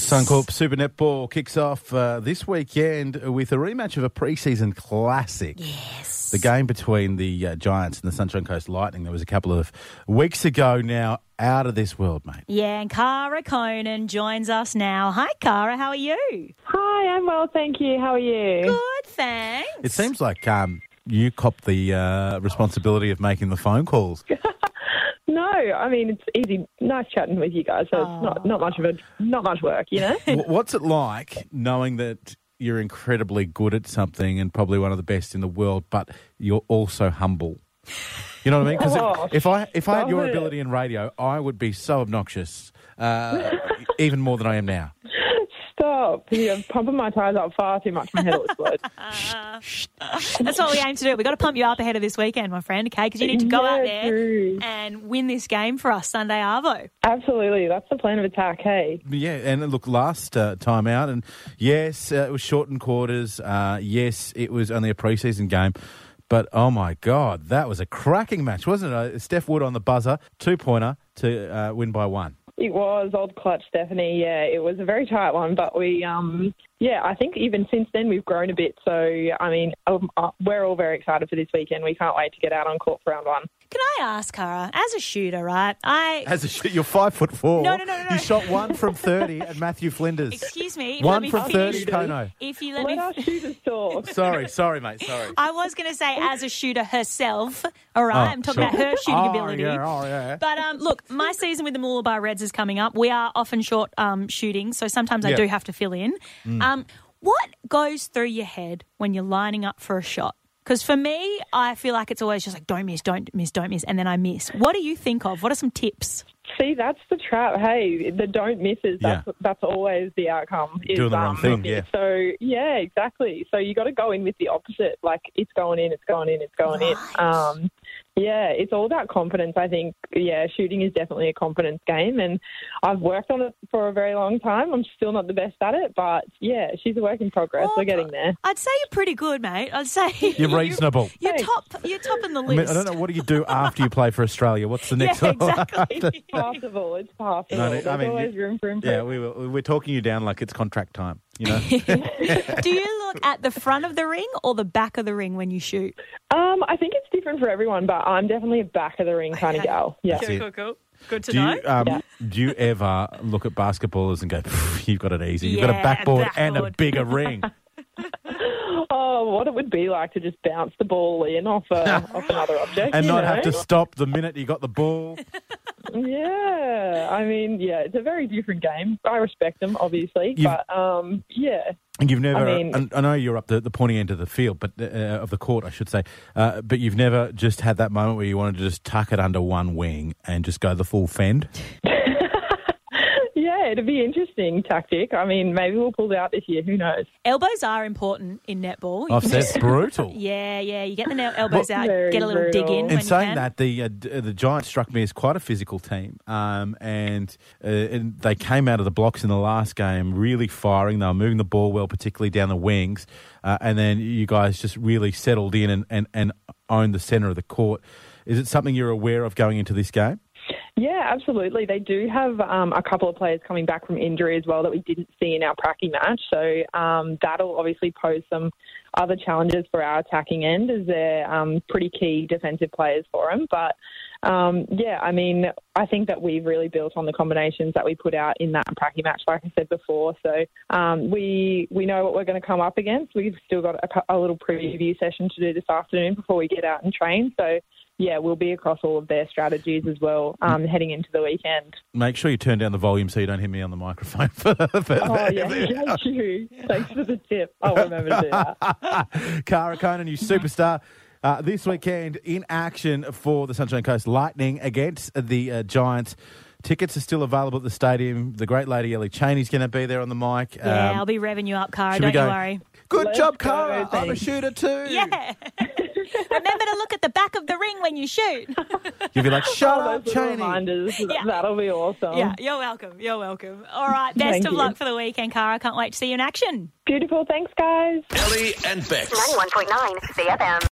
Suncorp Super Netball kicks off uh, this weekend with a rematch of a preseason classic. Yes. The game between the uh, Giants and the Sunshine Coast Lightning that was a couple of weeks ago now. Out of this world, mate. Yeah, and Cara Conan joins us now. Hi, Cara. How are you? Hi, I'm well, thank you. How are you? Good, thanks. It seems like um, you cop the uh, responsibility of making the phone calls. No, I mean it's easy, nice chatting with you guys. So it's not not much of a not much work, you know. W- What's it like knowing that you're incredibly good at something and probably one of the best in the world, but you're also humble? You know what I mean? Because Gosh, if I if I had Oh, stop your it. ability in radio, I would be so obnoxious, uh, even more than I am now. Stop! You're pumping my tires up far too much. My head will explode. That's what we aim to do. We've got to pump you up ahead of this weekend, my friend, okay? Because you need to go Yeah, out there true. and win this game for us Sunday Arvo. Absolutely, that's the plan of attack. Hey, Yeah, and look, last uh, time out, and yes, uh, it was shortened quarters. Uh, yes, it was only a preseason game. But oh my God, that was a cracking match, wasn't it? Uh, Steph Wood on the buzzer, two pointer to uh, win by one. it was old clutch, Stephanie. Yeah, it was a very tight one, but we, um, yeah, I think even since then we've grown a bit. So I mean, um, uh, we're all very excited for this weekend. We can't wait to get out on court for round one. Can I ask, Cara, as a shooter, right? I. As a sh- you're five foot four. No, no, no, no, no. You shot one from thirty at Matthew Flinders. Excuse me. if you let one me from thirty, finish- Kono. If you let Let me. our shooters talk. Sorry, sorry, mate. Sorry. I was going to say, as a shooter herself, all right, Oh, I'm talking sure. about her shooting Oh, ability. yeah, oh, yeah. But um, look, my season with the Moolabar Reds is coming up. We are often short um, shooting, so sometimes I Yeah. Mm. do have to fill in. Um, what goes through your head when you're lining up for a shot? Because for me, I feel like it's always just like, don't miss, don't miss, don't miss, and then I miss. What do you think of? What are some tips? See, that's the trap. Hey, the don't misses. That's Yeah. that's always the outcome. Is, um, Doing the wrong thing, yeah. So yeah, exactly. So you got to go in with the opposite. Like it's going in, it's going in, it's going in. Um, yeah, it's all about confidence. I think. Yeah, shooting is definitely a confidence game, and I've worked on it for a very long time. I'm still not the best at it, but yeah, she's a work in progress. We're getting there. I'd say you're pretty good, mate. I'd say You're reasonable. You're, top. You're top in the I, list. mean, I don't know. What do you do after you play for Australia? What's the yeah, next level? exactly. It's possible. It's possible. No, no, I There's mean, always you- room for Yeah, improvement. we were, we're talking you down like it's contract time. You know, Do you look at the front of the ring or the back of the ring when you shoot? Um, I think it's different for everyone, but I'm definitely a back of the ring kind of Okay. gal. Yeah. That's it. cool. Good to do you um, do you ever look at basketballers and go, "Phew, "You've got it easy. You've got Yeah, a a backboard, and a backboard." bigger ring." Oh, what it would be like to just bounce the ball in off, a, off another object. And you not know? have to stop the minute you got the ball. Yeah. I mean, yeah, it's a very different game. I respect them, obviously. You've- But, um, yeah. And you've never, mean- and I know you're up the, the pointy end of the field, but uh, of the court, I should say, uh, but you've never just had that moment where you wanted to just tuck it under one wing and just go the full fend. Yeah, it'd be interesting tactic. I mean, maybe we'll pull it out this year. Who knows? Elbows are important in netball. You I've can said just- brutal. Yeah, yeah. You get the nail- elbows out, Very get a little dig in. brutal. When In you saying can. that, the uh, d- uh, the Giants struck me as quite a physical team, um, and, uh, and they came out of the blocks in the last game really firing. They were moving the ball well, particularly down the wings, uh, and then you guys just really settled in and, and, and owned the centre of the court. Is it something you're aware of going into this game? Yeah, absolutely. They do have um, a couple of players coming back from injury as well that we didn't see in our Pracky match. So um, that'll obviously pose some other challenges for our attacking end as they're um, pretty key defensive players for them. But um, yeah, I mean, I think that we've really built on the combinations that we put out in that Pracky match, like I said before. So um, we we know what we're going to come up against. We've still got a, cou- a little preview session to do this afternoon before we get out and train. So yeah, we'll be across all of their strategies as well um, heading into the weekend. Make sure you turn down the volume so you don't hear me on the microphone. For, for Oh, yeah. Thank you. Thanks for the tip. I'll remember to do that. Cara Conan, you superstar. Uh, this weekend in action for the Sunshine Coast Lightning against the uh, Giants. Tickets are still available at the stadium. The great lady Ellie Cheney's going to be there on the mic. yeah, Um, I'll be revving you up, Cara. should we Don't you go- worry. Good Let's job, go, Cara. I'm a thanks. shooter too. Yeah. Mm. Remember to look at the back of the ring when you shoot. You'll be like, shut Oh, up, those little Cheney. reminders. Yeah. That'll be Oh. awesome. yeah, you're welcome. You're welcome. All right, best Thank of you. luck for the weekend, Cara. Can't wait to see you in action. Beautiful. Thanks, guys. Ellie and Bex. 91.9 CFM.